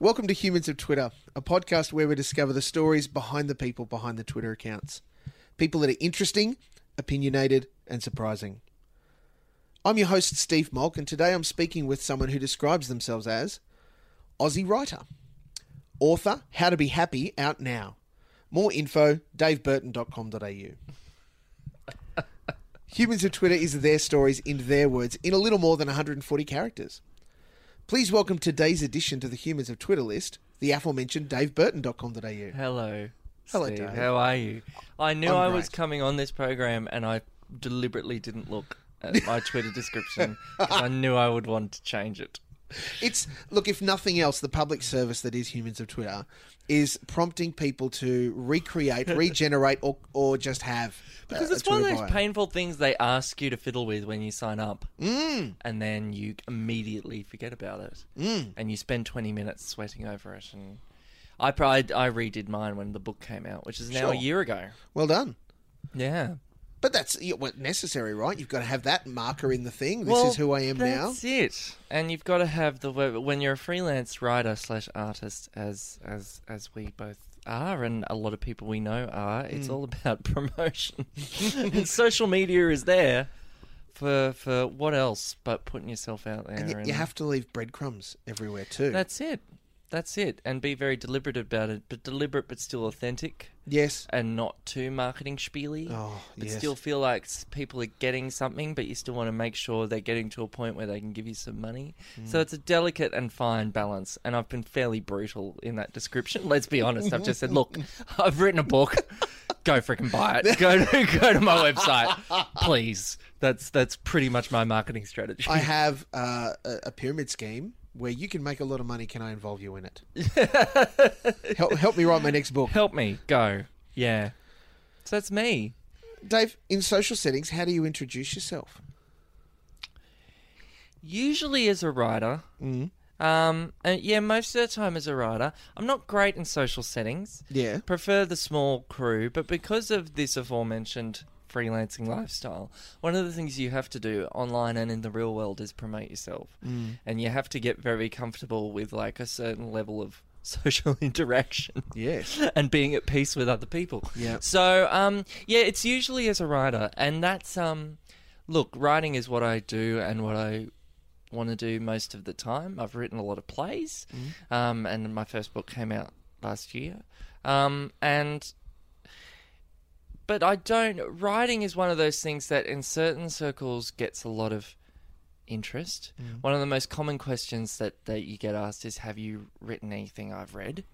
Welcome to Humans of Twitter, a podcast where we discover the stories behind the people behind the Twitter accounts. People that are interesting, opinionated, and surprising. I'm your host, Steve Malk, and today I'm speaking with someone who describes themselves as Aussie writer, author, How to Be Happy, out now. More info, daveburton.com.au. Humans of Twitter is their stories in their words in a little more than 140 characters. Please welcome today's edition to the Humans of Twitter list, the aforementioned daveburton.com.au. Hello. Hello, Steve. Dave. How are you? I knew I'm I was great. coming on this program and I deliberately didn't look at my Twitter description 'cause I knew I would want to change it. It's look, if nothing else, the public service that is Humans of Twitter is prompting people to recreate, regenerate, or or just have uh, Because a it's one of Twitter those bio. painful things they ask you to fiddle with when you sign up. Mm. And then you immediately forget about it. Mm. And you spend 20 minutes sweating over it. And I, pr- I, I redid mine when the book came out, which is now a Sure. year ago. Well done. Yeah. But that's yeah, well, necessary, right? You've got to have that marker in the thing. This is who I am now. That's it. And you've got to have the when you're a freelance writer slash artist, as as as we both are, and a lot of people we know are. Hmm. It's all about promotion. and social media is there for for what else but putting yourself out there. And yet you have to leave breadcrumbs everywhere too. That's it. That's it. And be very deliberate about it, but deliberate but still authentic. yes. And not too marketing spiely, Oh, but yes. still feel like s- people are getting something, but you still want to make sure they're getting to a point where they can give you some money. Mm. So it's a delicate and fine balance. And I've been fairly brutal in that description. Let's be honest. I've just said, look, I've written a book. Go freaking buy it. Go to, go to my website, please. That's that's pretty much my marketing strategy. I have uh, a, a pyramid scheme where you can make a lot of money. Can I involve you in it? help, help me write my next book. Help me. Go. Yeah. So that's me. Dave, in social settings, how do you introduce yourself? Usually as a writer. Mm. Um, and yeah, most of the time as a writer. I'm not great in social settings. Yeah. Prefer the small crew, but because of this aforementioned freelancing lifestyle, one of the things you have to do online and in the real world is promote yourself. And you have to get very comfortable with like a certain level of social interaction Yes. and being at peace with other people. Yeah. So, um, yeah, it's usually as a writer, and that's um, look, writing is what I do and what I want to do most of the time. I've written a lot of plays, um, and my first book came out last year, um, and. But I don't. Writing is one of those things that, in certain circles, gets a lot of interest. One of the most common questions that, that you get asked is, "Have you written anything I've read?"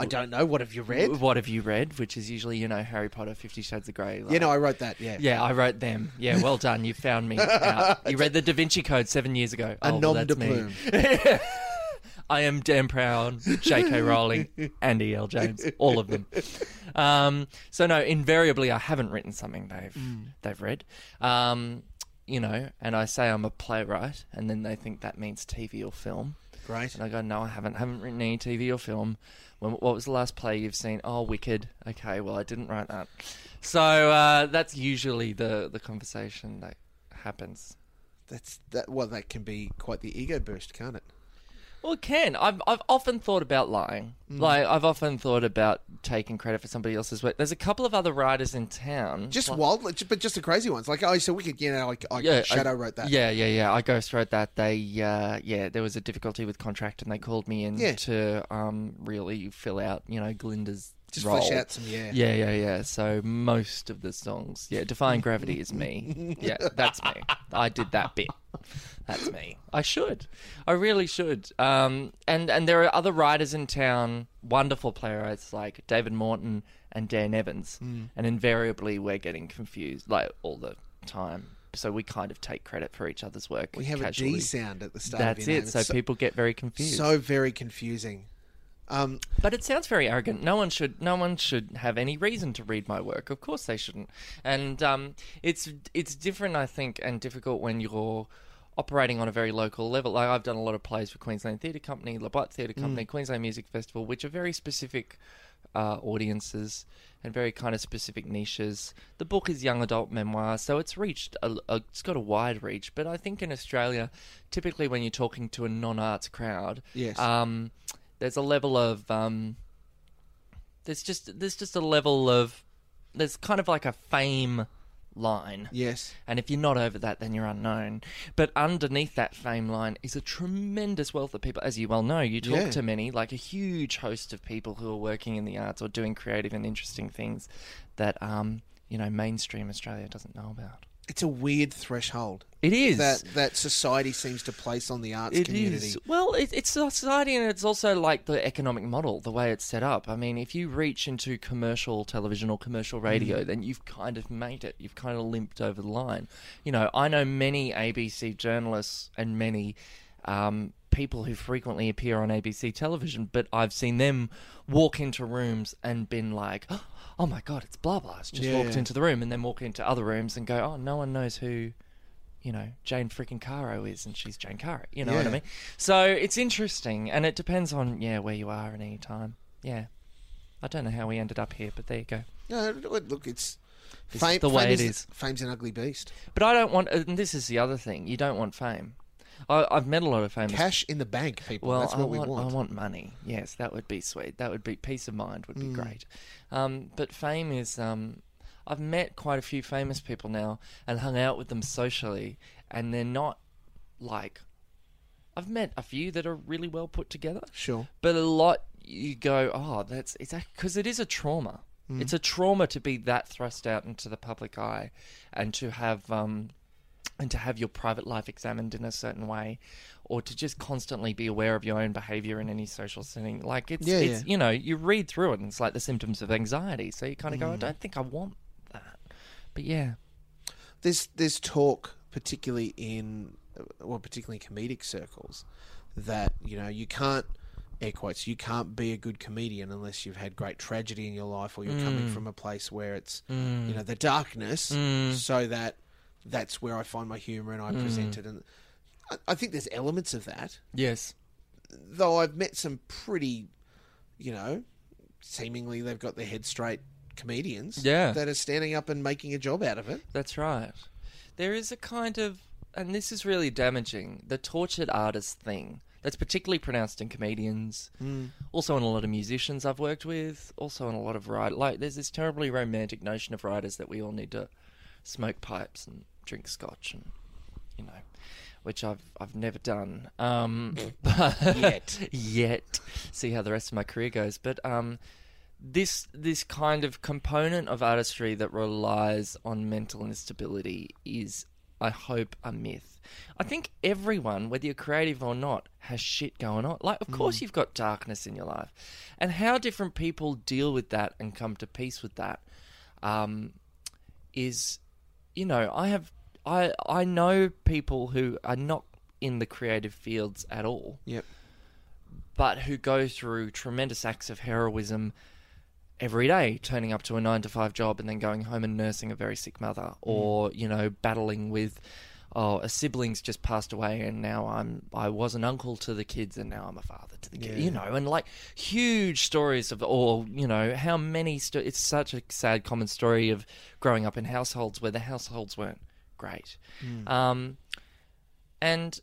I don't know. What have you read? What have you read? Which is usually, you know, Harry Potter, Fifty Shades of Grey. like- Yeah, no, I wrote that. Yeah. yeah, I wrote them. Yeah, well done. You found me out. You read the Da Vinci Code seven years ago. A Oh, well, nom that's de me. plume. I am Dan Brown, J.K. Rowling, and E.L. James, all of them. Um, so no, invariably I haven't written something they've Hmm. they've read. Um, you know, and I say I'm a playwright, and then they think that means TV or film. Great. And I go, no, I haven't. haven't written any TV or film. When, what was the last play you've seen? Oh, Wicked. Okay, well, I didn't write that. So uh, that's usually the, the conversation that happens. That's that. Well, that can be quite the ego burst, can't it? Well, it can. I've, I've often thought about lying. Mm. Like, I've often thought about taking credit for somebody else's work. There's a couple of other writers in town. Just Like- wild, but just the crazy ones. Like, oh, so we could, you know, like I, Yeah, I- Shadow wrote that. Yeah, yeah, yeah. I ghost wrote that. They, uh, yeah, there was a difficulty with contract, and they called me in Yeah. to um, really fill out, you know, Glinda's Just role. flesh out some, yeah. yeah, yeah, yeah. So most of the songs, yeah, Defying Gravity is me. Yeah, that's me. I did that bit. That's me. I should. I really should. Um, and and there are other writers in town, wonderful playwrights like David Morton and Dan Evans, Hmm. and invariably we're getting confused like all the time. So we kind of take credit for each other's work. We have casually. a D sound at the start. That's of your name. it. So, It's people get very confused. so very confusing. Um, But it sounds very arrogant. No one should. No one should have any reason to read my work. Of course they shouldn't. And um, it's it's different, I think, and difficult when you're operating on a very local level. Like I've done a lot of plays for Queensland Theatre Company, Labat Theatre Company, Queensland Music Festival, which are very specific uh, audiences and very kind of specific niches. The book is young adult memoir, so it's reached a, a- it's got a wide reach. But I think in Australia, typically when you're talking to a non-arts crowd, Yes. um, there's a level of um, there's just there's just a level of there's kind of like a fame line. Yes. And if you're not over that, then you're unknown. But underneath that fame line is a tremendous wealth of people, as you well know. You talk Yeah. to many, like a huge host of people who are working in the arts or doing creative and interesting things that, um, you know, mainstream Australia doesn't know about. It's a weird threshold It is. that that society seems to place on the arts It is community. Well, it, it's society, and it's also like the economic model, the way it's set up. I mean, if you reach into commercial television or commercial radio, Mm. then you've kind of made it. You've kind of limped over the line. You know, I know many ABC journalists and many um, people who frequently appear on ABC television, but I've seen them walk into rooms and been like, "Oh my god, it's blah blah." It's just Yeah, walked yeah. into the room, and then walk into other rooms and go, "Oh, no one knows who." you know, Jane freaking Caro is, and she's Jane Caro. You know what Yeah. I mean? So it's interesting, and it depends on yeah where you are at any time. Yeah, I don't know how we ended up here, but there you go. No, look, it's This fame, is the way fame it is. Fame's an ugly beast. But I don't want, and this is the other thing. You don't want fame. I, I've met a lot of famous. Cash in the bank, people. well, That's I what we want, want. I want money. Yes, that would be sweet. That would be peace of mind. Would be Mm. great. Um, but fame is. Um, I've met quite a few famous people now and hung out with them socially, and they're not like. I've met a few that are really well put together. Sure. but a lot you go oh that's it's because it is a trauma Hmm. it's a trauma to be that thrust out into the public eye and to have um and to have your private life examined in a certain way or to just constantly be aware of your own behavior in any social setting like it's Yeah, it's yeah. you know you read through it and it's like the symptoms of anxiety so you kind of go i Hmm. don't think i want that but yeah There's there's talk, particularly in well, particularly in comedic circles, that you know you can't air quotes you can't be a good comedian unless you've had great tragedy in your life or you're coming from a place where it's you know the darkness, so that that's where I find my humor and I present it. And I, I think there's elements of that. yes though I've met some pretty, you know, seemingly they've got their head straight comedians Yeah. that are standing up and making a job out of it. That's right. There is a kind of, and this is really damaging, the tortured artist thing. That's particularly pronounced in comedians, also in a lot of musicians I've worked with, also in a lot of writers. Like, there's this terribly romantic notion of writers that we all need to smoke pipes and drink scotch and, you know, which I've I've never done. Um, yet, yet, see how the rest of my career goes. But um, this this kind of component of artistry that relies on mental instability is I hope a myth. I think everyone, whether you're creative or not, has shit going on. Like of course you've got darkness in your life. And how different people deal with that and come to peace with that um, is you know, I have I I know people who are not in the creative fields at all Yep. but who go through tremendous acts of heroism every day, turning up to a nine to five job and then going home and nursing a very sick mother, or you know, battling with oh, a sibling's just passed away and now I'm I was an uncle to the kids and now I'm a father to the kids, Yeah. you know, and like huge stories of or you know how many sto- it's such a sad common story of growing up in households where the households weren't great. Um, and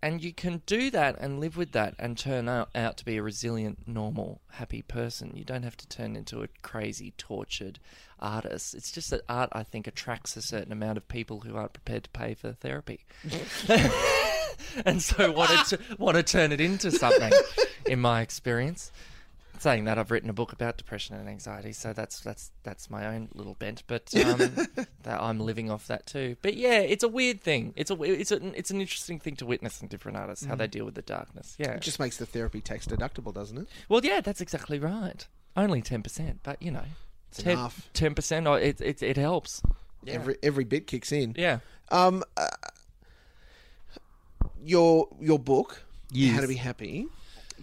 and you can do that and live with that and turn out, out to be a resilient normal happy person you don't have to turn into a crazy tortured artist it's just that art i think attracts a certain amount of people who aren't prepared to pay for therapy and so want to want to turn it into something in my experience saying that i've written a book about depression and anxiety so that's that's that's my own little bent but um, that i'm living off that too but yeah it's a weird thing it's a it's an it's an interesting thing to witness in different artists how they Mm. deal with the darkness yeah It just makes the therapy tax deductible, doesn't it? well yeah that's exactly right only 10% but you know It's 10, enough. 10% or oh, it, it it helps yeah Every every bit kicks in. yeah Um uh, your your book, Yes. How to Be Happy.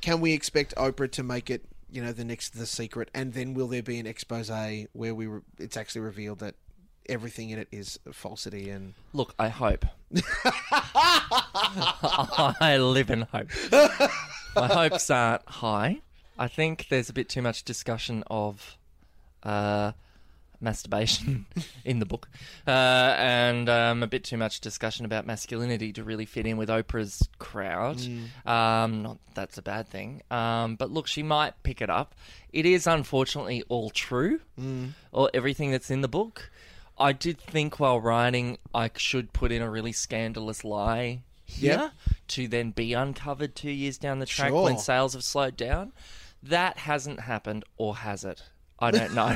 Can we expect Oprah to make it, you know, the next The Secret and then will there be an exposé where we re- it's actually revealed that everything in it is falsity and Look, I hope. I live in hope. My hopes aren't high. I think there's a bit too much discussion of uh, masturbation in the book, uh, and um, a bit too much discussion about masculinity to really fit in with Oprah's crowd. Um, not that's a bad thing, um, but look, she might pick it up. It is unfortunately all true, or everything that's in the book. I did think while writing, I should put in a really scandalous lie here Yeah. to then be uncovered two years down the track Sure. when sales have slowed down. That hasn't happened, or has it? I don't know.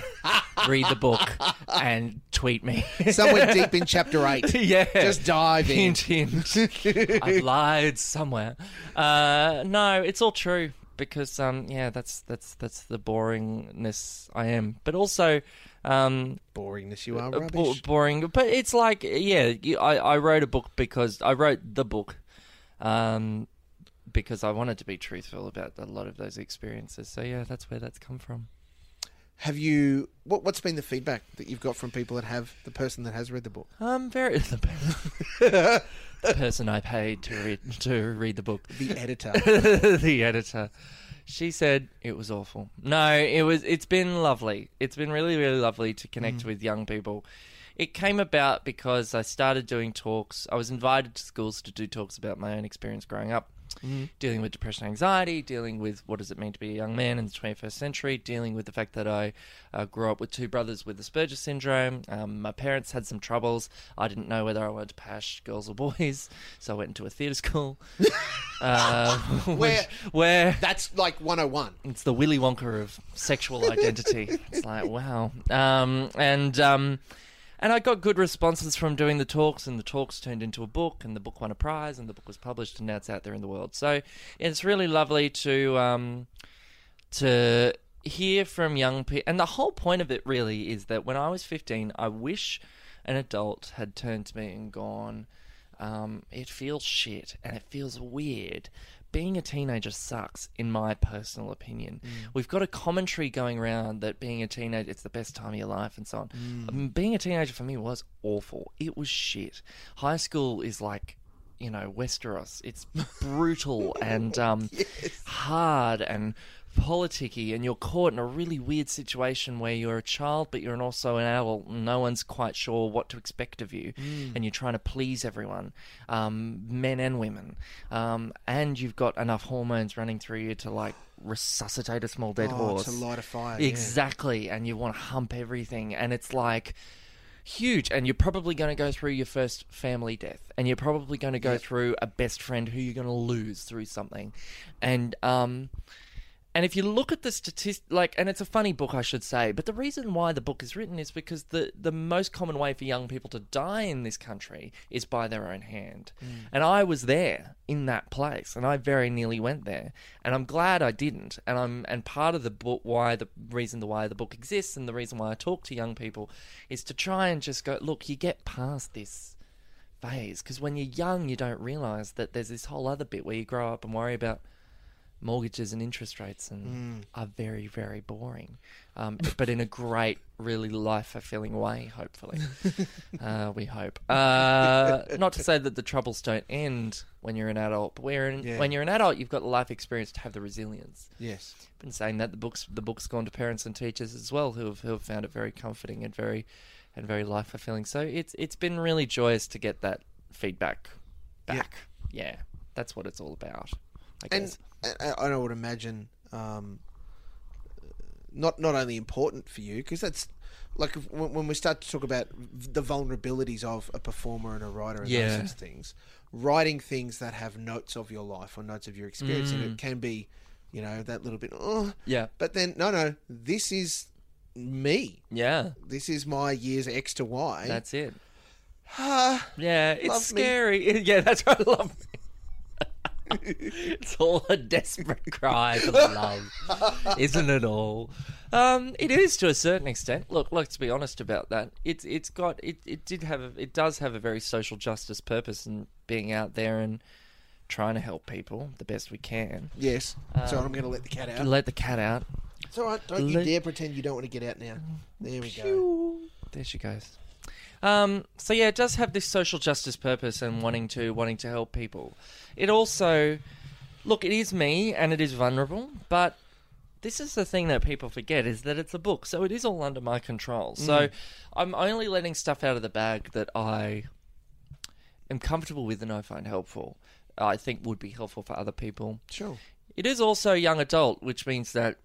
Read the book and tweet me. Somewhere deep in chapter eight. yeah. Just dive in. Hint, hint. I've lied somewhere. Uh, no, it's all true because um, yeah, that's that's that's the boringness I am. But also, um, Boringness, you are uh, rubbish. bo- boring. But it's like, yeah, you- I, I wrote a book because I wrote the book um, because I wanted to be truthful about a lot of those experiences. So, yeah, that's where that's come from. Have you? What, what's been the feedback that you've got from people that have the person that has read the book? Um, very. The, the person I paid to read, to read the book. The editor. the editor. She said it was awful. No, it was. It's been lovely. It's been really, really lovely to connect with young people. It came about because I started doing talks. I was invited to schools to do talks about my own experience growing up, dealing with depression, anxiety, dealing with what does it mean to be a young man in the 21st century, dealing with the fact that I uh, grew up with two brothers with Asperger's syndrome. Um, my parents had some troubles. I didn't know whether I wanted to pash girls or boys, so I went into a theatre school. uh, Where- where That's like 101. it's the Willy Wonka of sexual identity. it's like wow, um, and um, and I got good responses from doing the talks, and the talks turned into a book, and the book won a prize, and the book was published, and now it's out there in the world. So it's really lovely to um, to hear from young people, and the whole point of it really is that when I was fifteen, I wish an adult had turned to me and gone. Um, it feels shit and it feels weird. Being a teenager sucks, in my personal opinion. We've got a commentary going around that being a teenager, it's the best time of your life and so on. Um, being a teenager for me was awful. It was shit. High school is like, you know, Westeros. It's brutal and um, hard and politicky, and you're caught in a really weird situation where you're a child, but you're also an adult, and no one's quite sure what to expect of you, Mm. and you're trying to please everyone, um, men and women, um, and you've got enough hormones running through you to like resuscitate a small dead Oh, horse. to light a fire. Exactly. And you want to hump everything. And it's like huge. And you're probably going to go through your first family death. And you're probably going to go through a best friend who you're going to lose through something. And, um,. And if you look at the statistic, like, and it's a funny book, I should say, but the reason why the book is written is because the, the most common way for young people to die in this country is by their own hand. And I was there in that place, and I very nearly went there. And I'm glad I didn't. And I'm and part of the book, why the reason the why the book exists, and the reason why I talk to young people, is to try and just go, look, you get past this phase because when you're young, you don't realize that there's this whole other bit where you grow up and worry about mortgages and interest rates and are very very boring um, but in a great really life fulfilling way hopefully uh, we hope uh, not to say that the troubles don't end when you're an adult but where in, Yeah. when you're an adult you've got the life experience to have the resilience Yeah. Yes. been saying that the books the book's gone to parents and teachers as well who have, who have found it very comforting and very and very life fulfilling. So it's it's been really joyous to get that feedback Yeah. back. Yeah, that's what it's all about. I And guess. I, I I would imagine um, not not only important for you because that's like if, when, when we start to talk about the vulnerabilities of a performer and a writer and those Yeah. sorts of things, writing things that have notes of your life or notes of your experience, and it can be, you know, that little bit. Oh, yeah, But then, no, no, this is me. yeah, This is my years X to Y. that's it. Ah, Yeah, it's Love me. scary. yeah, that's right. Love me. it's all a desperate cry for love, isn't it? All um, it is to a certain extent. Look, let's be honest about that. It's it's got it. It did have a, it does have a very social justice purpose and being out there and trying to help people the best we can. yes. so I'm going to let the cat out. Let the cat out. It's all right. Don't you let- dare pretend you don't want to get out now. There we go. There she goes. Um, so yeah, it does have this social justice purpose and wanting to wanting to help people. It also, look, it is me and it is vulnerable, but this is the thing that people forget is that it's a book, so it is all under my control. So I'm only letting stuff out of the bag that I am comfortable with and I find helpful. I think would be helpful for other people. Sure. It is also young adult, which means that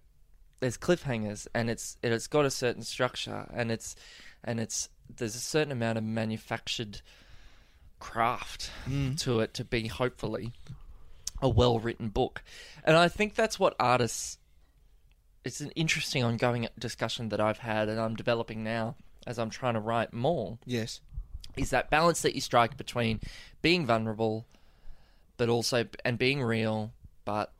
there's cliffhangers and it's and it's got a certain structure and it's and it's there's a certain amount of manufactured craft to it to be hopefully a well written book. And I think that's what artists it's an interesting ongoing discussion that I've had and I'm developing now as I'm trying to write more Yes. is that balance that you strike between being vulnerable but also and being real but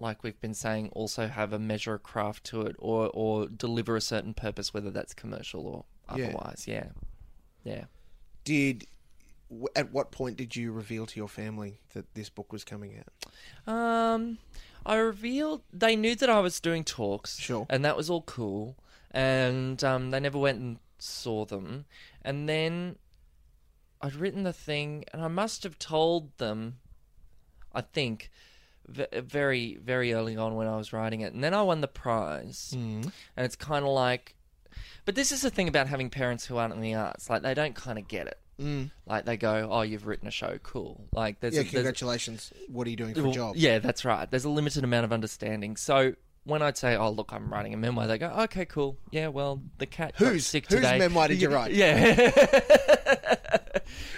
like we've been saying also have a measure of craft to it or or deliver a certain purpose whether that's commercial or Yeah. otherwise yeah yeah Did w- at what point did you reveal to your family that this book was coming out? Um, I revealed they knew that I was doing talks, Sure. and that was all cool. And um, they never went and saw them. And then I'd written the thing, and I must have told them, I think, v- very very early on when I was writing it. And then I won the prize, Mm. and it's kind of like, but this is the thing about having parents who aren't in the arts, like they don't kind of get it. Mm. Like they go, oh, you've written a show, cool. Like there's Yeah, a, there's, congratulations. What are you doing for a well, job? Yeah, that's right. There's a limited amount of understanding. So when I'd say, "Oh, look, I'm writing a memoir," they go, "Okay, cool. Yeah, well, the cat got Whose- sick whose today." memoir did you write? Yeah.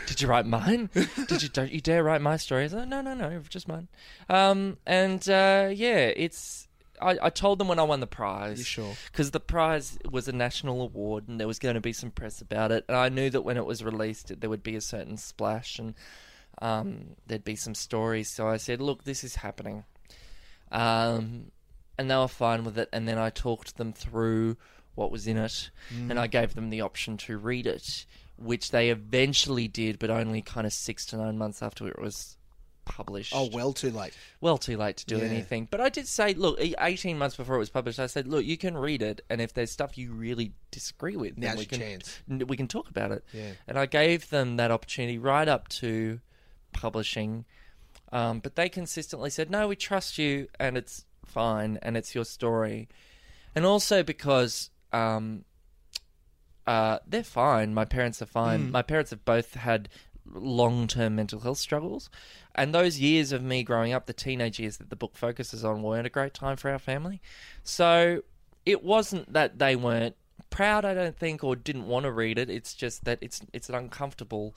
did you write mine? Did you? Don't you dare write my story? I said, no, no, no, just mine. Um, and uh, yeah, it's. I, I told them when I won the prize. You sure? Because the prize was a national award and there was going to be some press about it. And I knew that when it was released, that there would be a certain splash and um, there'd be some stories. So I said, look, this is happening. Um, and they were fine with it. And then I talked them through what was in it Mm. and I gave them the option to read it, which they eventually did, but only kind of six to nine months after it was published Oh, well, too late. well too late to do Yeah. anything. But I did say, look, e- 18 months before it was published, I said, look, you can read it, and if there's stuff you really disagree with, then Now's we your can chance. n- we can talk about it. Yeah. And I gave them that opportunity right up to publishing, um, but they consistently said, no, we trust you, and it's fine, and it's your story, and also because. Um, uh, they're fine. My parents are fine. My parents have both had long term mental health struggles. And those years of me growing up, the teenage years that the book focuses on, weren't a great time for our family. So it wasn't that they weren't proud, I don't think, or didn't want to read it. It's just that it's it's an uncomfortable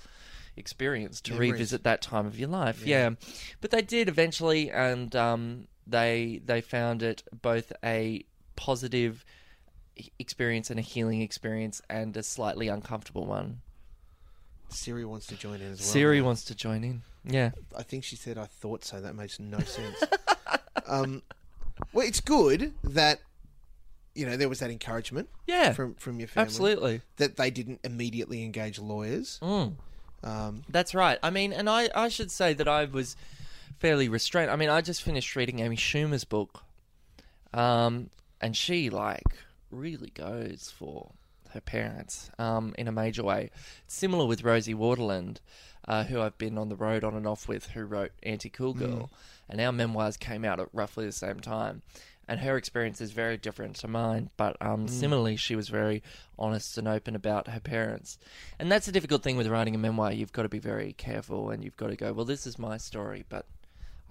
experience to Memories. revisit that time of your life. Yeah. But they did eventually and um, they they found it both a positive experience and a healing experience and a slightly uncomfortable one. Siri wants to join in as well. Siri wants to join in. Yeah. I think she said, I thought so. That makes no sense. um, well, it's good that, you know, there was that encouragement Yeah. from, from your family. Absolutely. That they didn't immediately engage lawyers. Mm. Um, That's right. I mean, and I, I should say that I was fairly restrained. I mean, I just finished reading Amy Schumer's book. Um, and she, like, really goes for her parents um, in a major way. Similar with Rosie Waterland, uh, who I've been on the road on and off with, who wrote Anti Cool Girl. And our memoirs came out at roughly the same time. And her experience is very different to mine, but um, similarly, she was very honest and open about her parents. And that's a difficult thing with writing a memoir. You've got to be very careful and you've got to go, well, this is my story, but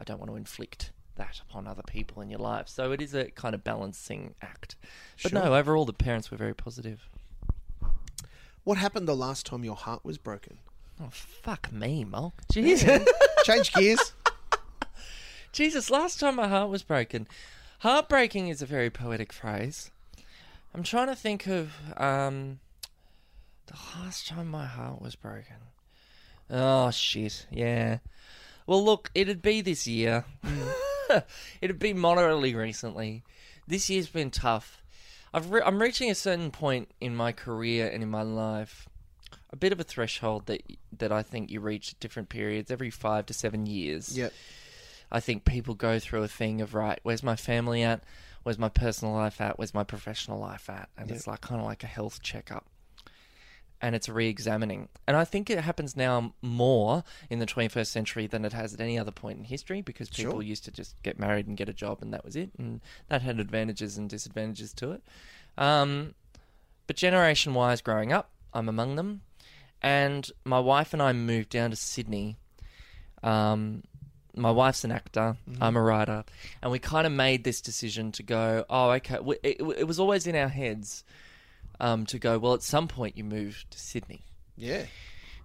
I don't want to inflict that upon other people in your life. So it is a kind of balancing act. But Sure. no, overall, the parents were very positive. what happened the last time your heart was broken? Oh, fuck me, Mulk. Jesus. Change gears. Jesus, last time my heart was broken. Heartbreaking is a very poetic phrase. I'm trying to think of um, the last time my heart was broken. Oh, shit. Yeah. Well, look, it'd be this year. Mm. it'd be moderately recently. This year's been tough. I've re- I'm reaching a certain point in my career and in my life, a bit of a threshold that that I think you reach at different periods, every five to seven years. Yep. I think people go through a thing of right, where's my family at? Where's my personal life at? Where's my professional life at? And it's like kind of like a health checkup. and it's re-examining. And I think it happens now more in the 21st century than it has at any other point in history because people Sure. used to just get married and get a job and that was it, and that had advantages and disadvantages to it. Um, but generation-wise, growing up, I'm among them, and my wife and I moved down to Sydney. Um, my wife's an actor. I'm a writer, and we kind of made this decision to go. Oh, okay. We, it, it was always in our heads um, to go. Well, at some point you move to Sydney Yeah.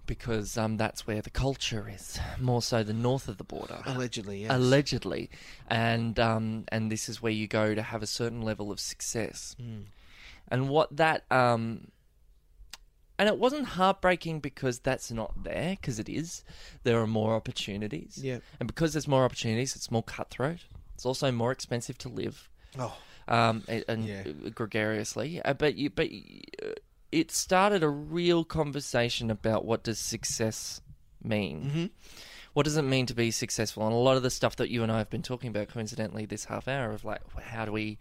because um, that's where the culture is, more so the north of the border, Allegedly, yes. allegedly, and um, and this is where you go to have a certain level of success, and what that um, and it wasn't heartbreaking because that's not there because it is. There are more opportunities, Yeah. and because there's more opportunities, it's more cutthroat. It's also more expensive to live oh, um, a- and Yeah. gregariously. Uh, but you, but y- uh, it started a real conversation about what does success mean. What does it mean to be successful? And a lot of the stuff that you and I have been talking about, coincidentally, this half hour of like, how do we,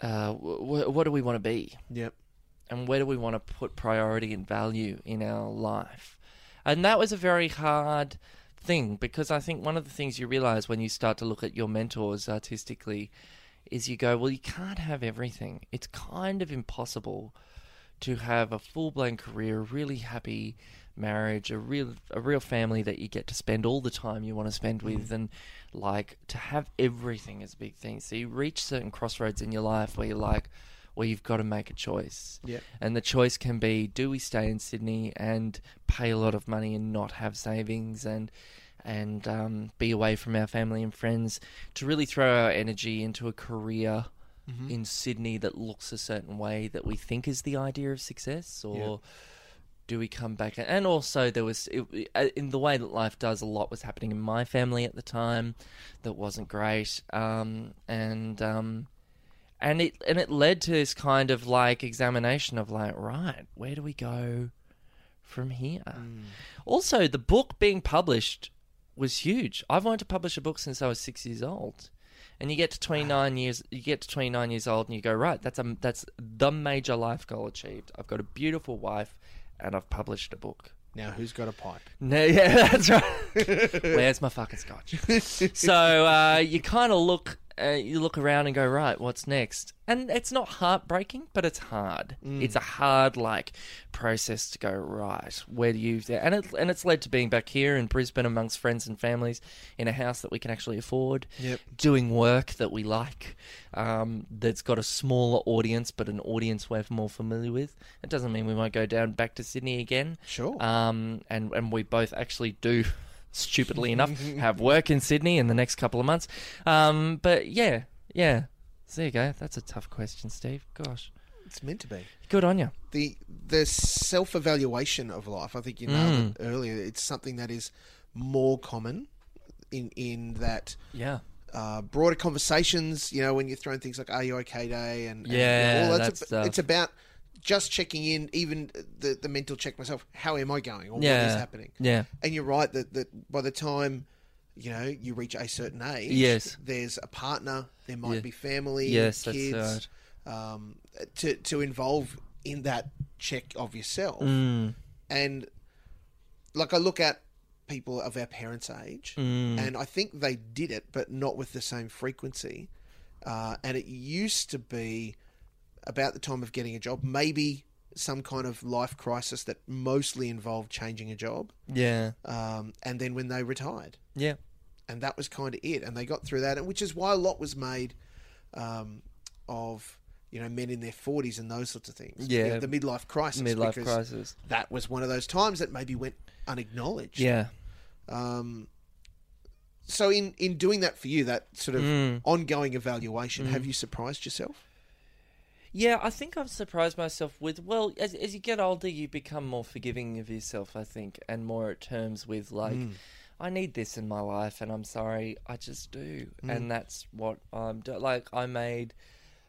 uh, wh- what do we want to be? yep. and where do we want to put priority and value in our life? And that was a very hard thing because I think one of the things you realize when you start to look at your mentors artistically is you go, well, you can't have everything. It's kind of impossible to have a full blown career, a really happy marriage, a real a real family that you get to spend all the time you want to spend with and like to have everything is a big thing. So you reach certain crossroads in your life where you're like where you've got to make a choice. Yep. And the choice can be do we stay in Sydney and pay a lot of money and not have savings and and um, be away from our family and friends to really throw our energy into a career in Sydney that looks a certain way that we think is the idea of success or do we come back and also there was it, uh, in the way that life does a lot was happening in my family at the time that wasn't great um, and um, and it and it led to this kind of like examination of like right where do we go from here also the book being published was huge i've wanted to publish a book since i was 6 years old and you get to 29 years you get to 29 years old and you go right that's a that's the major life goal achieved i've got a beautiful wife and i've published a book Now who's got a pipe? no, yeah, that's right. Where's my fucking scotch? so uh, you kind of look, uh, you look around and go, right, what's next? And it's not heartbreaking, but it's hard. It's a hard like process to go right. Where do you? And it and it's led to being back here in Brisbane amongst friends and families in a house that we can actually afford. Yep. Doing work that we like, um, that's got a smaller audience, but an audience we're more familiar with. It doesn't mean we won't go down back to Sydney again. Sure. Um, and and we both actually do, stupidly enough, have work in Sydney in the next couple of months. Um, but yeah, yeah. So there you go. That's a tough question, Steve. Gosh, It's meant to be. good on you. the the self evaluation of life. I think you nailed it earlier. It's something that is more common in in that Yeah. uh, broader conversations. You know, when you're throwing things like "Are you okay?" day and and, you know, Yeah, all that ab- stuff. it's about just checking in. Even the the mental check myself. How am I going? Or Yeah. what is happening? Yeah. And you're right that that by the time you know you reach a certain age, Yes. there's a partner. There might Yeah. be family, Yes, that's kids um, to to involve in that check of yourself. Mm. And like I look at people of our parents' age, Mm. and I think they did it, but not with the same frequency. Uh, and it used to be about the time of getting a job, maybe some kind of life crisis that mostly involved changing a job, Yeah. um, and then when they retired Yeah. and that was kind of it. And they got through that, and which is why a lot was made um, of you know men in their forties and those sorts of things. You Yeah. know, the midlife crisis. Midlife because crisis. That was one of those times that maybe went unacknowledged. Yeah. Um, so in in doing that for you, that sort of Mm. Mm-hmm. ongoing evaluation, have you surprised yourself? Yeah, I think I've surprised myself with. Well, as as you get older, you become more forgiving of yourself, I think, and more at terms with like, I need this in my life, and I'm sorry, I just do, and that's what I'm do- like. I made,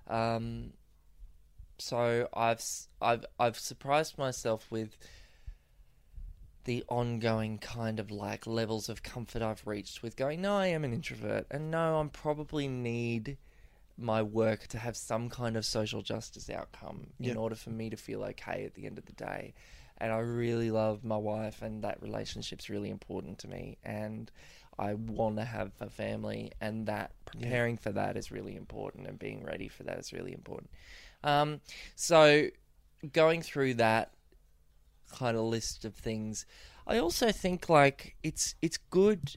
um, so I've s- I've I've surprised myself with the ongoing kind of like levels of comfort I've reached with going. No, I am an introvert, and no, I'm probably need my work to have some kind of social justice outcome Yeah. in order for me to feel okay at the end of the day. And I really love my wife, and that relationship's really important to me. And I want to have a family, and that preparing for that is really important, and being ready for that is really important. Um, so, going through that kind of list of things, I also think like it's it's good.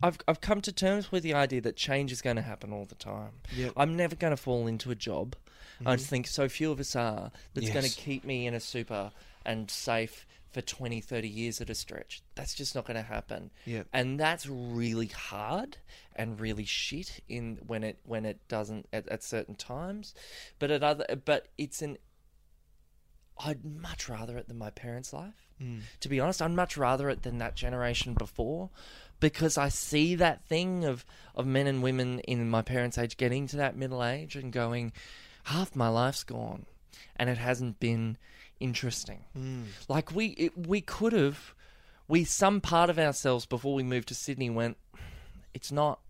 I've I've come to terms with the idea that change is going to happen all the time. Yep. Mm-hmm. I'm never going to fall into a job. I just think so few of us are that's going Yes. to keep me in a super and safe for 20, 30 years at a stretch. That's just not going to happen. Yep. And that's really hard and really shit in when it when it doesn't at, at certain times. But at other but it's an I'd much rather it than my parents' life. To be honest, I'd much rather it than that generation before because I see that thing of, of men and women in my parents' age getting to that middle age and going, half my life's gone and it hasn't been interesting. Like we it, we could have we some part of ourselves before we moved to Sydney went it's not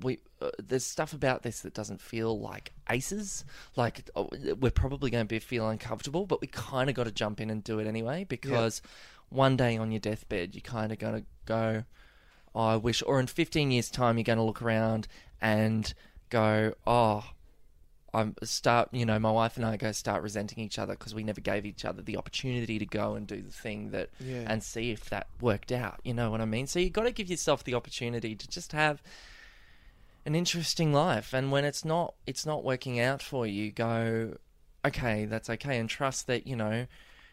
we uh, there's stuff about this that doesn't feel like aces. Like oh, we're probably going to be feel uncomfortable, but we kind of got to jump in and do it anyway because one day on your deathbed, you kind of got to go. "Oh, I wish, or in 15 years' time, you're going to look around and go, oh. I'm start, you know, my wife and I go start resenting each other because we never gave each other the opportunity to go and do the thing that Yeah. and see if that worked out. You know what I mean? So you got to give yourself the opportunity to just have an interesting life and when it's not it's not working out for you go okay that's okay and trust that you know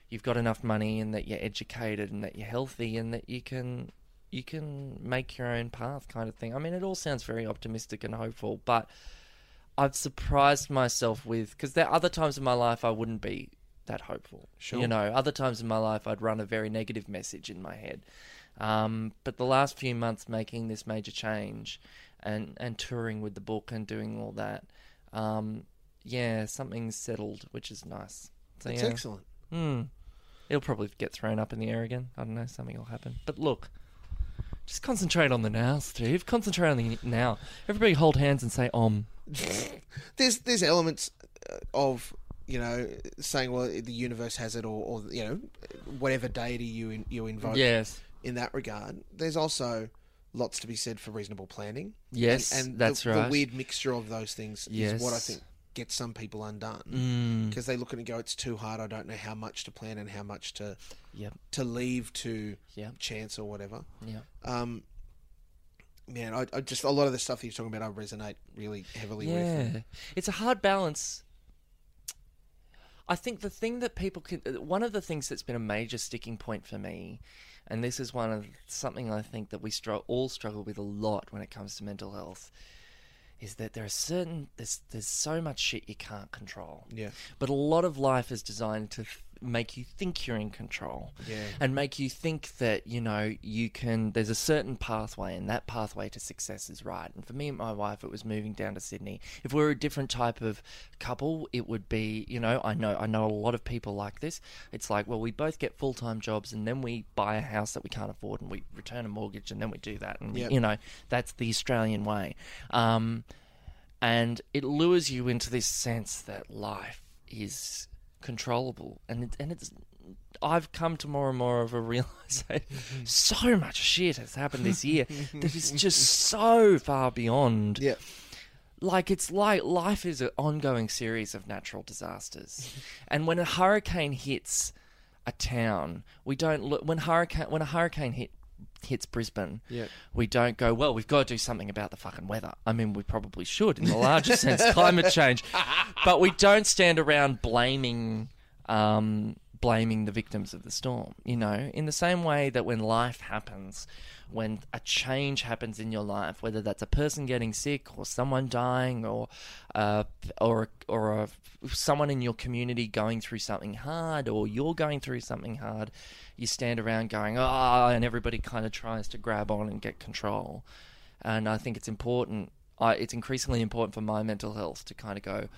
you've got enough money and that you're educated and that you're healthy and that you can you can make your own path kind of thing i mean it all sounds very optimistic and hopeful but i've surprised myself with because there are other times in my life i wouldn't be that hopeful Sure. you know other times in my life i'd run a very negative message in my head um, but the last few months making this major change and, and touring with the book and doing all that, um, yeah, something's settled, which is nice. So, That's yeah. excellent. Hmm. It'll probably get thrown up in the air again. I don't know, something will happen. But look, just concentrate on the now, Steve. Concentrate on the now. Everybody hold hands and say om. There's there's elements uh, of you know saying well the universe has it or, or you know whatever deity you in, you invoke Yes. in that regard. There's also lots to be said for reasonable planning. Yes, and, and that's the, right. The weird mixture of those things Yes. is what I think gets some people undone Mm. because they look at it and go, "It's too hard. I don't know how much to plan and how much to Yep. to leave to Yep. chance or whatever." Yep. Um, man, I, I just a lot of the stuff that you're talking about, I resonate really heavily with. Yeah, it's a hard balance. I think the thing that people can, uh, one of the things that's been a major sticking point for me, and this is one of something I think that we str- all struggle with a lot when it comes to mental health, is that there are certain there's there's so much shit you can't control. Yeah, But a lot of life is designed to th- make you think you're in control. Yeah. And make you think that, you know, you can, there's a certain pathway and that pathway to success is right. And for me and my wife, it was moving down to Sydney. If we were a different type of couple, it would be, you know, I know, I know a lot of people like this. It's like, well, we both get full time jobs and then we buy a house that we can't afford and we return a mortgage and then we do that. And, Yep. you know, that's the Australian way. Um, and it lures you into this sense that life is controllable and it, and it's I've come to more and more of a realization so much shit has happened this year that is just so far beyond yeah, like it's like life is an ongoing series of natural disasters, and when a hurricane hits a town, we don't look when hurricane when a hurricane hit hits Brisbane, Yeah. we don't go well. We've got to do something about the fucking weather. I mean, we probably should in the larger sense, climate change, but we don't stand around blaming. Um, blaming the victims of the storm you know in the same way that when life happens when a change happens in your life, whether that's a person getting sick or someone dying or uh, or or a, someone in your community going through something hard or you're going through something hard, you stand around going ah, and everybody kind of tries to grab on and get control. And I think it's important. I, it's increasingly important for my mental health to kind of go,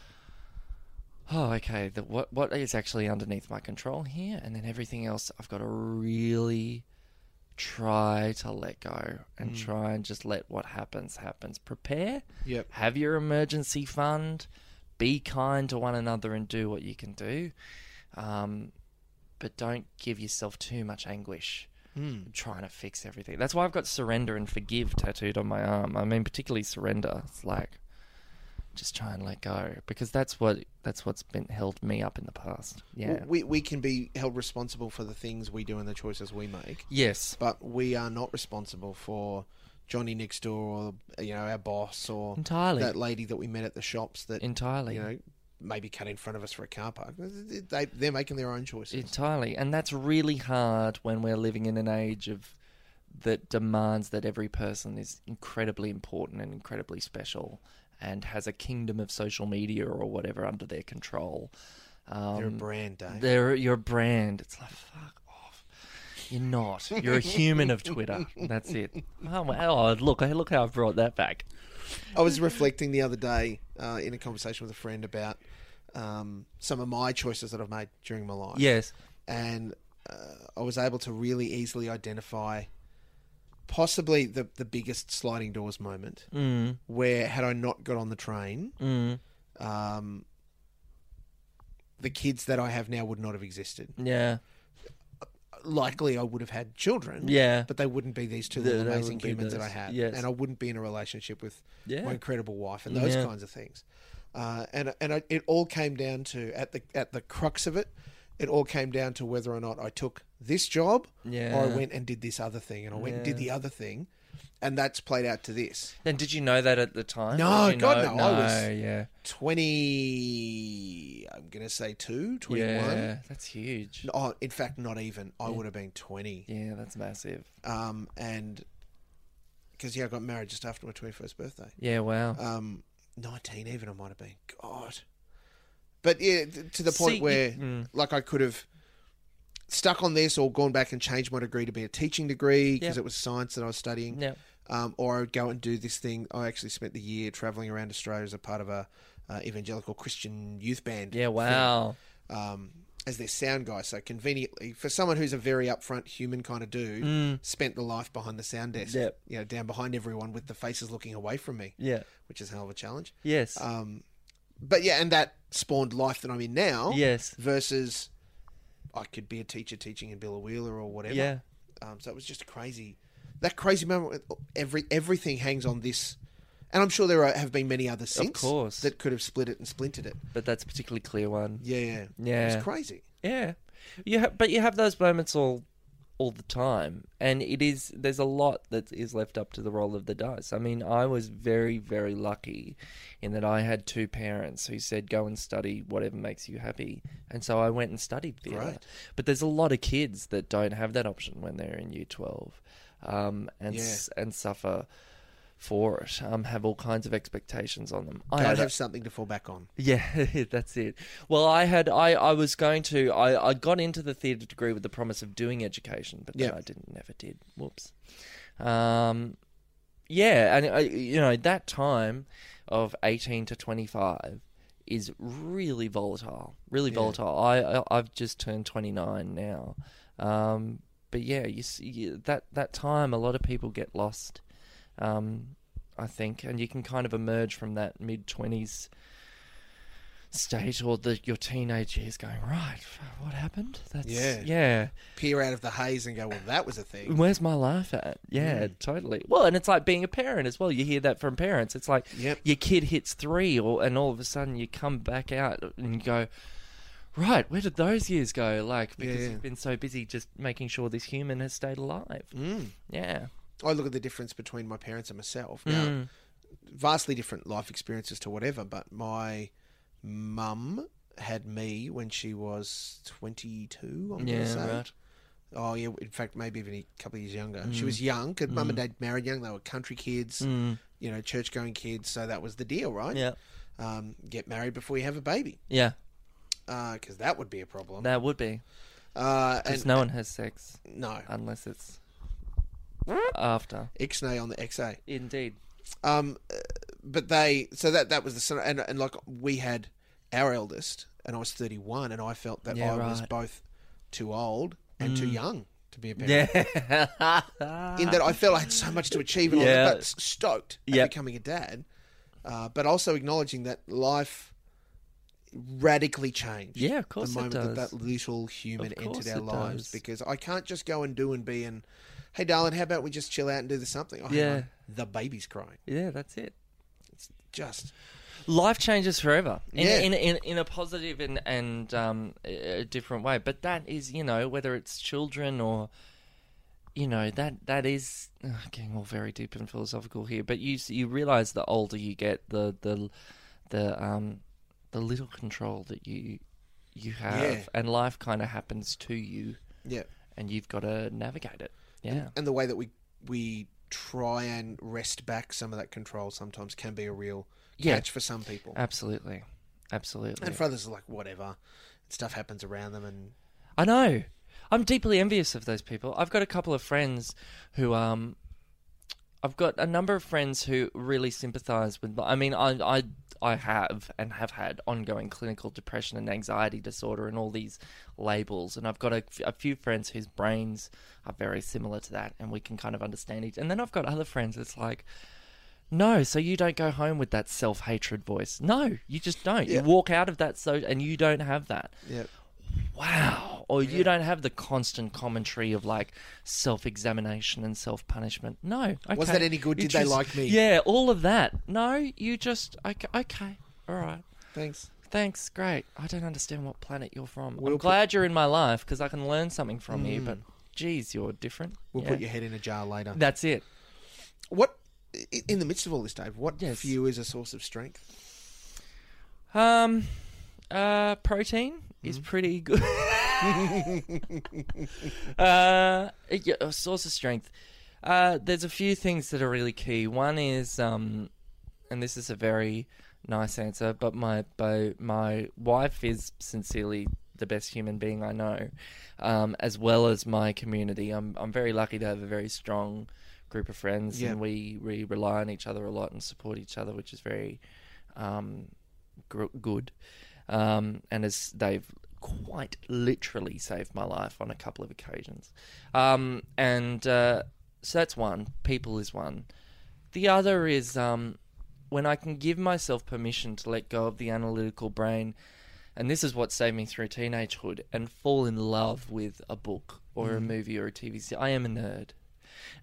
oh, okay, the, what what is actually underneath my control here, and then everything else I've got to really try to let go and try and just let what happens happens. Prepare. Yep. Have your emergency fund. Be kind to one another and do what you can do. Um, but don't give yourself too much anguish trying to fix everything. That's why I've got surrender and forgive tattooed on my arm. I mean, particularly surrender. It's like just try and let go because that's what that's what's been held me up in the past. Yeah. W- We, we can be held responsible for the things we do and the choices we make, yes. but we are not responsible for Johnny next door or you know our boss or Entirely. that lady that we met at the shops that entirely. you know maybe cut in front of us for a car park. They they're making their own choices. Entirely. And that's really hard when we're living in an age of that demands that every person is incredibly important and incredibly special and has a kingdom of social media or whatever under their control. Um, They're a brand, eh? Dave. They're your brand. It's like fuck off. You're not. You're a human of Twitter. That's it. Oh, wow. Oh, look, look how I brought that back. I was reflecting the other day uh, in a conversation with a friend about um, some of my choices that I've made during my life. Yes. and uh, I was able to really easily identify possibly the the biggest sliding doors moment Mm. where had I not got on the train, Mm. um, the kids that I have now would not have existed. Yeah. Likely, I would have had children. Yeah. But they wouldn't be these two They- little they amazing wouldn't be humans that I those, had, yes. and I wouldn't be in a relationship with Yeah. my incredible wife and those Yeah. kinds of things. Uh, and and I, it all came down to at the at the crux of it, it all came down to whether or not I took this job or I Yeah. went and did this other thing, and I went and did the other thing, and that's played out to this. And did you know that at the time? No, Did you God, know- no, I was- yeah. 20 i'm gonna say 2 21 Yeah, that's huge. oh in fact not even i would have been 20 Yeah, that's massive. um and because yeah i got married just after my 21st birthday Yeah, wow. um 19 even i might have been god but yeah th- to the point See, where you- mm. like i could have stuck on this or gone back and changed my degree to be a teaching degree because Yep. it was science that i was studying yeah. um, or I would go and do this thing. I actually spent the year traveling around Australia as a part of a uh, evangelical Christian youth band. Yeah, wow. thing, um, as their sound guy. So conveniently, for someone who's a very upfront human kind of dude, spent the life behind the sound desk. Mm. Yep. You know, down behind everyone with the faces looking away from me, Yeah. which is a hell of a challenge. Yes. Um, but yeah, and that spawned life that I'm in now. yes. Versus, I could be a teacher teaching in Billa Wheeler or whatever. Yeah. Um, so it was just a crazy, that crazy moment. with Every everything hangs on this, and I'm sure there are, have been many others since, course. that could have split it and splintered it. But that's a particularly clear one. Yeah, yeah, Yeah. it's crazy. Yeah, you ha- but you have those moments all all the time, and it is there's a lot that is left up to the roll of the dice. I mean, I was very very lucky in that I had two parents who said go and study whatever makes you happy, and so I went and studied theatre. Right. But there's a lot of kids that don't have that option when they're in year twelve, um, and s- and suffer. For it, um, have all kinds of expectations on them. I Don't had a- have something to fall back on. yeah, that's it. Well, I had I, I was going to I, I got into the theatre degree with the promise of doing education, but Yeah. then I didn't never did. Whoops. Um, yeah, and I, you know that time of eighteen to twenty five is really volatile, really Yeah. volatile. I, I I've just turned twenty nine now, um, but yeah, you see that that time a lot of people get lost. Um, I think, and you can kind of emerge from that mid twenties state or the your teenage years going right f- what happened that's Yeah. yeah Peer out of the haze and go, well, that was a thing. where's my life at yeah Mm. totally well and it's like being a parent as well you hear that from parents it's like Yep. your kid hits three or and all of a sudden you come back out and you go right where did those years go like because Yeah. you've been so busy just making sure this human has stayed alive Mm. yeah I look at the difference between my parents and myself. Now, Mm. vastly different life experiences to whatever, but my mum had me when she was 22, I'm going yeah to say. right Oh yeah, in fact, maybe even a couple of years younger. She was young because mum and dad married young. They were country kids, Mm. you know, church going kids. So that was the deal, right? yeah Um, get married before you have a baby, yeah because that would be a problem. that would be Uh, because and no one has sex no, unless it's after Ixnay on the XA. indeed Um, uh, but they so that that was the son- and and like we had our eldest, and I was thirty one, and I felt that Yeah, I was right. both too old and too young to to be a parent. Yeah. In that I felt I had so much to achieve and all Yeah. that, but s- stoked at Yep. becoming a dad, uh, but also acknowledging that life radically changed. yeah, of course the moment it does. that that little human Of course entered our it lives does. because I can't just go and do and be and hey darling how about we just chill out and do this something oh, hang Yeah. on. the baby's crying yeah, that's it. just Life changes forever in, Yeah. in, in, in a positive and, and um, a a different way. But that is, you know, whether it's children or, you know, that that is ugh, getting all very deep and philosophical here. But you s- you realize the older you get, the the the um the little control that you you have, Yeah. and life kind of happens to you, yeah and you've got to navigate it. Yeah, and the way that we we try and wrest back some of that control sometimes can be a real Yeah. Uh, catch for some people absolutely, absolutely. and for others it's like whatever stuff happens around them and I know. I'm deeply envious of those people. I've got a couple of friends who um I've got a number of friends who really sympathize with I mean I I I have and have had ongoing clinical depression and anxiety disorder and all these labels and I've got a, a few friends whose brains are very similar to that and we can kind of understand each and then I've got other friends it's like no, so you don't go home with that self-hatred voice. No, you just don't. Yeah. You walk out of that so and you don't have that yeah wow or you don't have the constant commentary of like self-examination and self-punishment no okay. Was that any good? You Did they like me? yeah all of that no you just okay, okay all right thanks thanks great i don't understand what planet you're from We'll i'm put- Hmm. glad you're in my life because i can learn something from you but geez you're different we'll Yeah. put your head in a jar later that's it what i- in the midst of all this dave what Yes. for you is a source of strength um uh protein is pretty good Uh, yeah, a source of strength. Uh, there's a few things that are really key. One is, um, and this is a very nice answer, but my my, my wife is sincerely the best human being I know, um, as well as my community. I'm I'm very lucky to have a very strong group of friends, Yeah. and we we rely on each other a lot and support each other, which is very um, gr- good. Um, and as they've quite literally saved my life on a couple of occasions. Um, and uh, so that's one. People is one. The other is um, when I can give myself permission to let go of the analytical brain. And this is what saved me through teenagehood and fall in love with a book or a movie or a TV series. I am a nerd.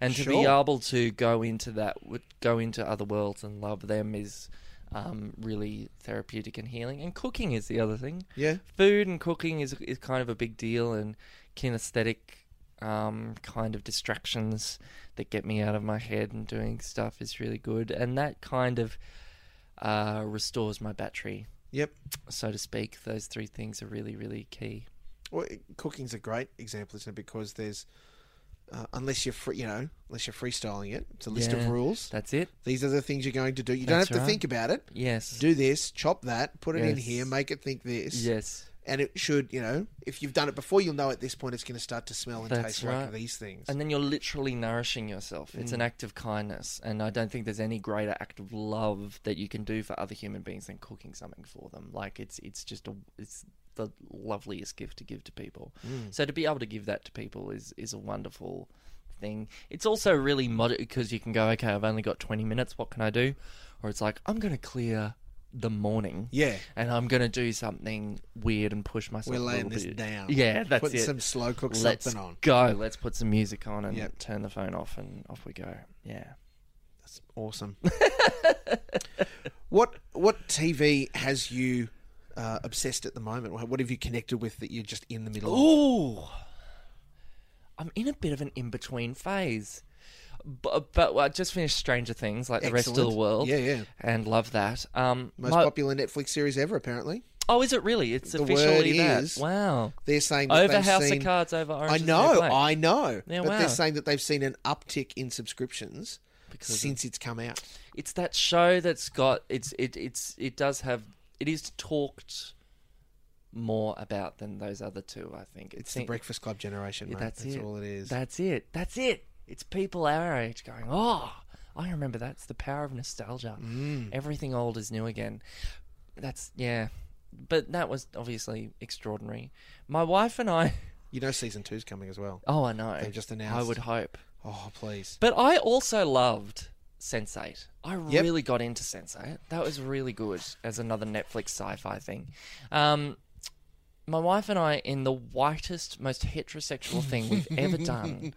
And to be Sure. able to go into that, would go into other worlds and love them is um, really therapeutic and healing. And cooking is the other thing. yeah Food and cooking is is kind of a big deal, and kinesthetic um, kind of distractions that get me out of my head and doing stuff is really good, and that kind of uh, restores my battery, yep so to speak. Those three things are really, really key. Well, it- cooking's a great example, isn't it? Because there's, uh, unless you're free, you know, unless you're freestyling it, it's a list of Yeah. rules. That's it. These are the things you're going to do. You don't have That's to right. think about it. Yes. Do this, chop that, put it in Yes. here, make it think this, yes. and it should. You know, if you've done it before, you'll know at this point it's going to start to smell and That's taste like right. these things. And then you're literally nourishing yourself. It's Mm. an act of kindness. And I don't think there's any greater act of love that you can do for other human beings than cooking something for them. Like it's it's just a it's the loveliest gift to give to people. Mm. So to be able to give that to people is is a wonderful thing. It's also really mod because you can go, okay, I've only got 20 minutes. What can I do? Or it's like I'm going to clear the morning. yeah, And I'm gonna do something weird and push myself. we're a laying little this bit. down. Yeah, that's putting it some slow cook let's something on. go. Let's put some music on and Yep. turn the phone off, and off we go. Yeah. That's awesome. what what TV has you uh, obsessed at the moment? What what have you connected with that you're just in the middle of? Ooh, I'm in a bit of an in between phase, but but well, I just finished Stranger Things, like the rest of Excellent. the world. Yeah, yeah. and love that. Um, Most my- popular Netflix series ever, apparently. oh, is it really? It's The officially word that. is- wow. They're saying that Over they've House seen, of Cards, over Orange. I is the New know, Black. I know. Yeah, but they're wow. saying that they've seen an uptick in subscriptions of- since it's come out. it's that show that's got it's it it's it does have it is talked more about than those other two. I think It's the Breakfast Club generation, mate. that's That's, it. all it is. That's it. That's it. It's people our age going, oh, I remember that's the power of nostalgia. Mm. Everything old is new again. That's, yeah. But that was obviously extraordinary. My wife and I, You know, season two's coming as well. Oh, I know. They've just I announced. would hope. Oh, please. But I also loved Sense8. I Yep. really got into Sense8. That was really good as another Netflix sci-fi thing. Um, my wife and I, in the whitest, most heterosexual thing we've ever done,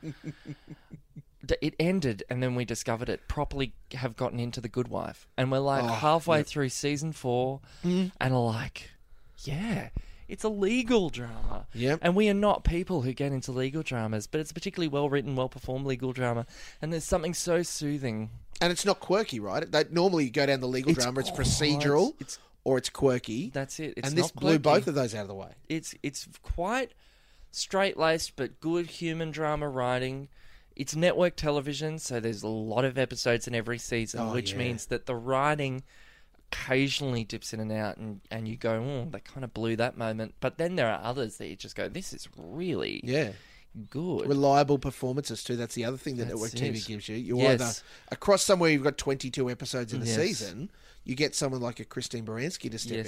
d- it ended, and then we discovered it. Properly have gotten into the Good Wife, and we're like Oh, Mm-hmm. halfway through season four, and are like, yeah. It's a legal drama. Yep. And we are not people who get into legal dramas, but it's a particularly well written, well performed legal drama. And there's something so soothing. And it's not quirky, right? They normally you go down the legal It's drama. It's quite- procedural, it's- or it's quirky. That's it. It's and this not blew quirky. both of those out of the way. It's it's quite straight laced, but good human drama writing. It's network television, so there's a lot of episodes in every season, Oh, which yeah. means that the writing occasionally dips in and out, and, and you go, oh, they kind of blew that moment. But then there are others that you just go, this is really Yeah. good. Reliable performances too. That's the other thing that That's network it. TV gives you. You're Yes. either across somewhere you've got 22 episodes in a Yes. season. You get someone like a Christine Baranski to step Yes.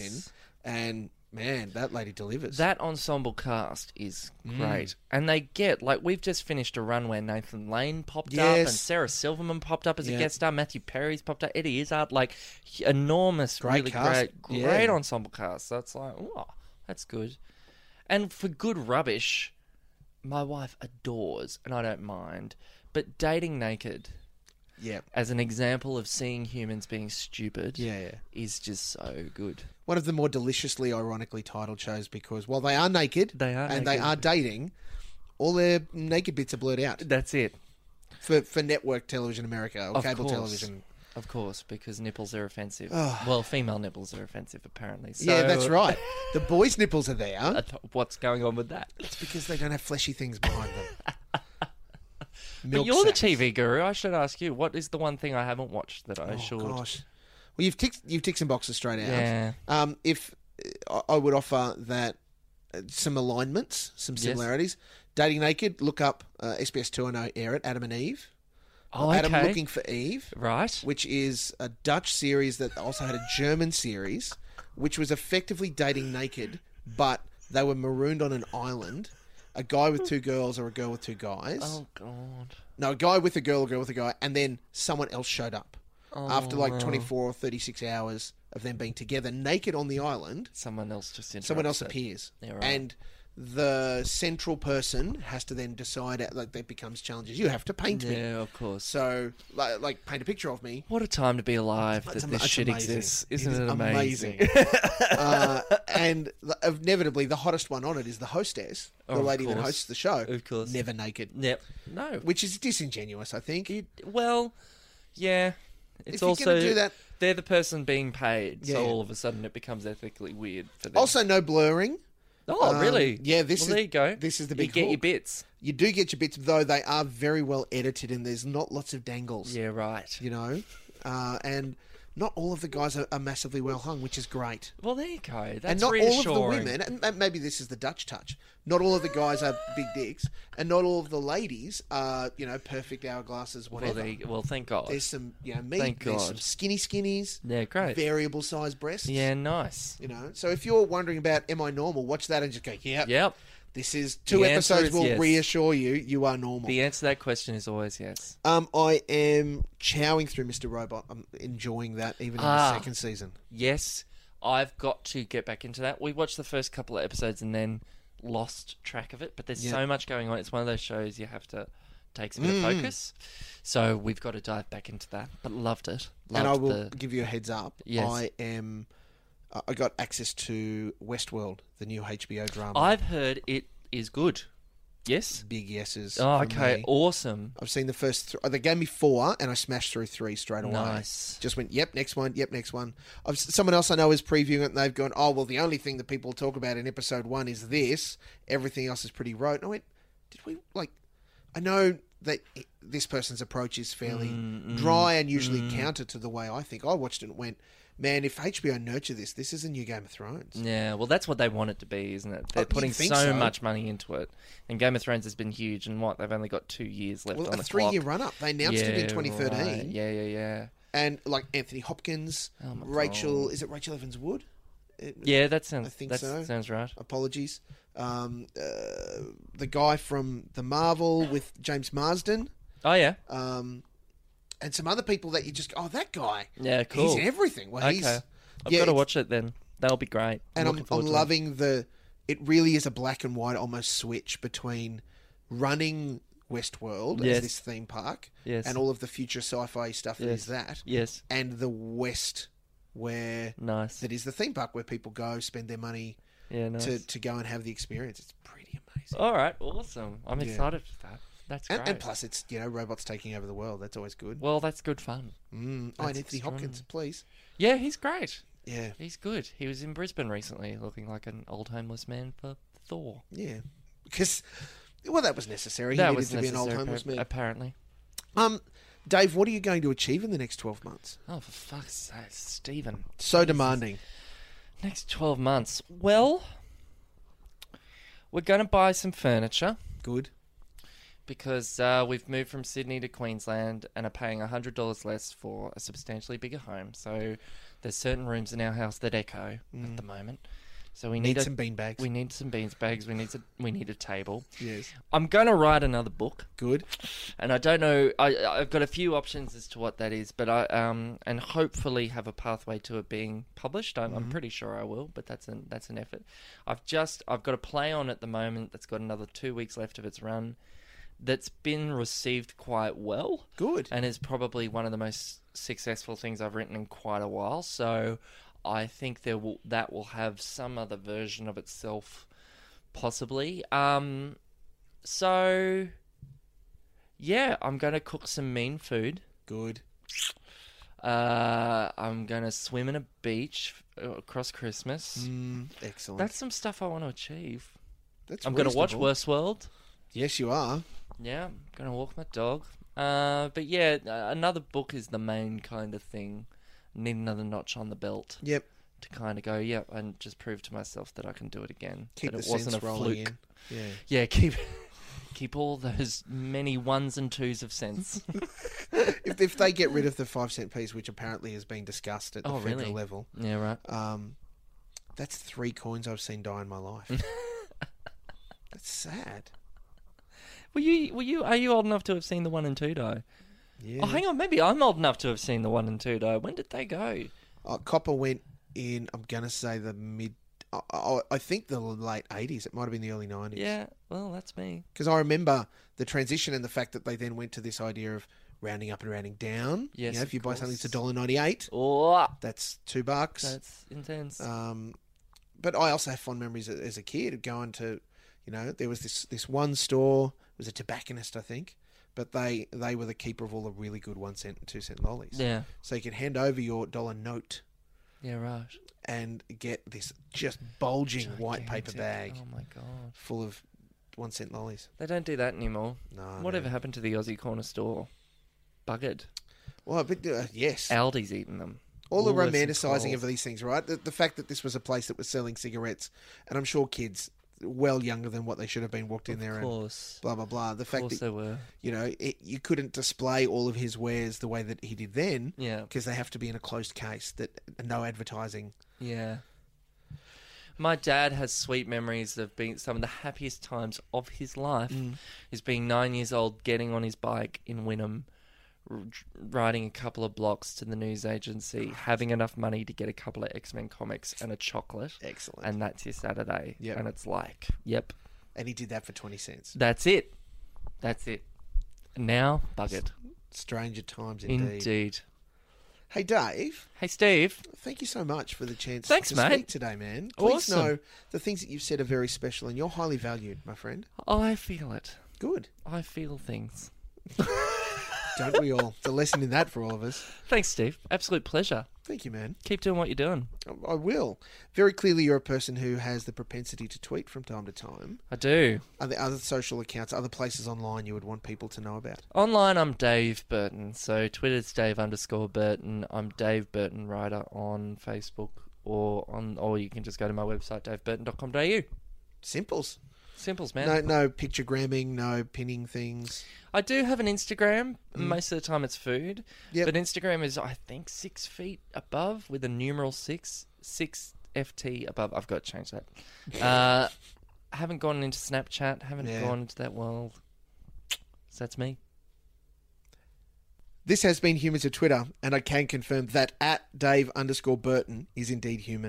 in, and man, that lady delivers. That ensemble cast is Mm. great. And they get, like, we've just finished a run where Nathan Lane popped up and Yes. Sarah Silverman popped up as Yeah. a guest star, Matthew Perry's popped up, Eddie Izzard, like, h- enormous, Great really cast. great, Yeah. great ensemble cast. That's like, oh, that's good. And for good rubbish, my wife adores, and I don't mind, but dating naked yeah, as an example of seeing humans being stupid yeah, yeah. is just so good. one of the more deliciously ironically titled shows because while they are naked They are and they naked. are dating, all their naked bits are blurred out That's it. for, for network television America or Of cable course. television. Of course, because nipples are offensive. Ugh. Well, female nipples are offensive, apparently. So, yeah, that's right. The boys' nipples are there What's going on with that? But because they don't have fleshy things behind them. Milk you're sacs. the TV guru. I should ask you, what is the one thing I haven't watched that I Oh, should? gosh. Well, you've ticked you've ticked some boxes straight out. Yeah. Um, if uh, I- I would offer that uh, some alignments, some Yes. similarities. Dating naked. Look up uh, SBS Two. I know air it. Adam and Eve. Oh, Adam okay. looking for Eve, Right. which is a Dutch series that also had a German series, which was effectively dating naked, but they were marooned on an island. A guy with two girls or a girl with two guys. Oh God. No, a guy with a girl, a girl with a guy, and then someone else showed up. Oh, after like 24 or 36 hours of them being together naked on the island, Someone else just interrupts. someone else it. appears. Yeah, right. And the central person has to then decide, like, that becomes challenges. You have to paint me. Yeah, of course. So, like, like, paint a picture of me. What a time to be alive that It's am- this it's shit amazing. exists, It isn't is it, amazing? uh, and the, inevitably, the hottest one on it is the hostess, the Of lady that course. hosts the show. Of course. Never naked. Yep. No. Which is disingenuous, I think. Well, yeah. It's If you're also gonna do that- they're the person being paid, so Yeah. all of a sudden it becomes ethically weird for them. Also, no blurring. oh, um, really? yeah, this well, is- there you go. this is the You big get your hook. bits. You do get your bits, though they are very well edited and there's not lots of dangles. Yeah, right. you know, uh, and not all of the guys are, are massively well hung, which is great. Well, there you go. That's And not all of reassuring. the women, and ma- maybe this is the Dutch touch. Not all of the guys are big dicks, and not all of the ladies are, you know, perfect hourglasses, Well, whatever. there you, well, thank God. there's some, you know, meat. Thank There's God. some skinny skinnies, Yeah, great. variable size breasts. Yeah, nice. You know, so if you're wondering about am I normal, watch that and just go, yeah, Yep. this is two The answer episodes is will yes. reassure you you are normal. The answer to that question is always yes. um, I am chowing through Mr. Robot. I'm enjoying that even in the Ah. second season. Yes, I've got to get back into that. We watched the first couple of episodes and then lost track of it, but there's Yeah. so much going on. It's one of those shows you have to takes a bit Mm. of focus. So we've got to dive back into that. But loved it. Loved and I will the give you a heads up. Yes. I am. uh, I- I got access to Westworld, the new HBO drama. I've heard it is good. Yes? Big yeses. Oh, from okay. me. Awesome. I've seen the first. Th- they gave me four, and I smashed through three straight away. Nice. Just went, yep, next one, yep, next one. I've, someone else I know is previewing it, and they've gone, oh well, the only thing that people talk about in episode one is this. Everything else is pretty rote. And I went, did we like? I know that i this person's approach is fairly dry and usually Mm. counter to the way I think. I watched it and went, man, if HBO nurture this, this is a new Game of Thrones. Yeah, well, that's what they want it to be, isn't it? They're you'd putting so, Oh, think so. much money into it, and Game of Thrones has been huge. And what they've only got two years left Well, on a the three-year clock. run-up. They announced it in Yeah, 2013, right. Yeah, yeah, yeah. and like Anthony Hopkins, Oh my Rachel, God. is it Rachel Evans Wood? It- Yeah, that sounds. I think that so. sounds right. Apologies. Um, uh, the guy from the Marvel with James Marsden, Oh yeah, um, and some other people that you just go, oh that guy. yeah, cool. He's in everything. Well, he's Okay. I've yeah, got to it's- watch it then. That'll be great. and I'm, looking I'm forward to it. loving the. It really is a black and white almost switch between running Westworld Yes. as this theme park Yes. and all of the future sci-fi stuff that is that, Yes. and the West where Nice. that is the theme park where people go spend their money Yeah. Nice. to, to go and have the experience. It's pretty amazing. All right. Awesome. I'm excited for that. That's great. And, and plus, it's you know robots taking over the world. That's always good. well, that's good fun. Mm. Oh, and that's Anthony Hopkins, please. Yeah, he's great. Yeah, He's good. He was in Brisbane recently, looking like an old homeless man for Thor. yeah. Because well, that was necessary. that he was needed to be an old necessary, homeless appar- man. Apparently. Um, Dave, what are you going to achieve in the next twelve months? Oh, for fuck's sake, Stephen. So demanding. Next 12 months. Well, we're going to buy some furniture Good. because uh, we've moved from Sydney to Queensland and are paying $100 less for a substantially bigger home. So there's certain rooms in our house that echo at the moment. So we Mm. Need need, a, some beanbags. we need some beans bags. We need a, we need a table. Yes. I'm going to write another book. Good. and I don't know. I I've got a few options as to what that is, but I um and hopefully have a pathway to it being published. I'm, I'm pretty sure I will, but that's an that's an effort. I've just I've got a play on at the moment that's got another two weeks left of its run, that's been received quite well Good. and is probably one of the most successful things I've written in quite a while. So I think there will that will have some other version of itself, possibly. Um, so yeah, I'm gonna cook some mean food. Good. Uh, I'm gonna swim in a beach uh, across Christmas. Mm, excellent. That's some stuff I want to achieve. That's I'm gonna watch reasonable. Westworld. Yes, you are. Yeah, I'm gonna walk my dog. Uh, but yeah, uh, another book is the main kind of thing. Need another notch on the belt Yep. to kind of go, yeah, and just prove to myself that I can do it again. Keep that the it wasn't sense a rolling fluke. in. Yeah. Yeah, keep keep all those many ones and twos of sense. if, if they get rid of the five cent piece, which apparently is being discussed at the Oh, federal really? level, yeah, right. um, that's three coins I've seen die in my life. that's sad. Were you were you are you old enough to have seen the one and two die? Yeah. Oh, hang on, maybe I'm old enough to have seen the one and two die. When did they go? Uh, Copper went in. I'm gonna say the mid. I, I, I think the late '80s. It might have been the early '90s. Yeah, well, that's me. Because I remember the transition and the fact that they then went to this idea of rounding up and rounding down. You Yes, know, if of you buy something, it's a course. dollar ninety-eight. Oh, That's two bucks. that's intense. Um, but I also have fond memories a- as a kid of going to, you know, there was this this one store. It was a tobacconist, I think, but they they were the keeper of all the really good one cent and two cent lollies. yeah, So you could hand over your dollar note yeah, right. and get this just bulging white paper Gigantic. bag Oh my god. full of one cent lollies. They don't do that anymore. No, Whatever no. happened to the Aussie corner store? Buggered. Well, but uh, yes, Aldi's eaten them. all the Woolworths and romanticising Coles. of these things, right? The, the fact that this was a place that was selling cigarettes, and I'm sure kids well younger than what they should have been walked in there Of and course. blah blah blah. The Of fact course that they were. you know it, you couldn't display all of his wares the way that he did then Yeah. because they have to be in a closed case that no advertising. Yeah. My dad has sweet memories of being some of the happiest times of his life Mm. is being nine years old, getting on his bike in Wynnum, r- riding a couple of blocks to the news agency, having enough money to get a couple of X Men comics and a chocolate. Excellent. And, And that's your Saturday. Yep. And it's like, yep, he did that for twenty cents. That's it. That's it. Now, bug it. Stranger times Indeed. indeed. Hey Dave. Hey, Steve. Thank you so much for the chance Thanks, to mate. speak today, man. Please Awesome. know the things that you've said are very special and you're highly valued, my friend. I feel it. Good. I feel things. Don't we all? It's a lesson in that for all of us. Thanks, Steve. Absolute pleasure. Thank you, man. Keep doing what you're doing. I- I will. Very clearly, you're a person who has the propensity to tweet from time to time. I do. Are there other social accounts, other places online you would want people to know about? Online, I'm Dave Burton. So Twitter's Dave underscore Burton. I'm Dave Burton writer on Facebook or on, or you can just go to my website, daveburton.com.au. Simples. Simples, man. No, no pictogramming, no pinning things. I do have an Instagram. Most of the time, it's food. Mm-hmm. Yep. But Instagram is, I think, six feet above with a numeral six, six FT above. I've got to change that. Uh, haven't gone into Snapchat. Haven't Yeah. gone into that world. So that's me. This has been Humans of Twitter, and I can confirm that at Dave underscore Burton is indeed human.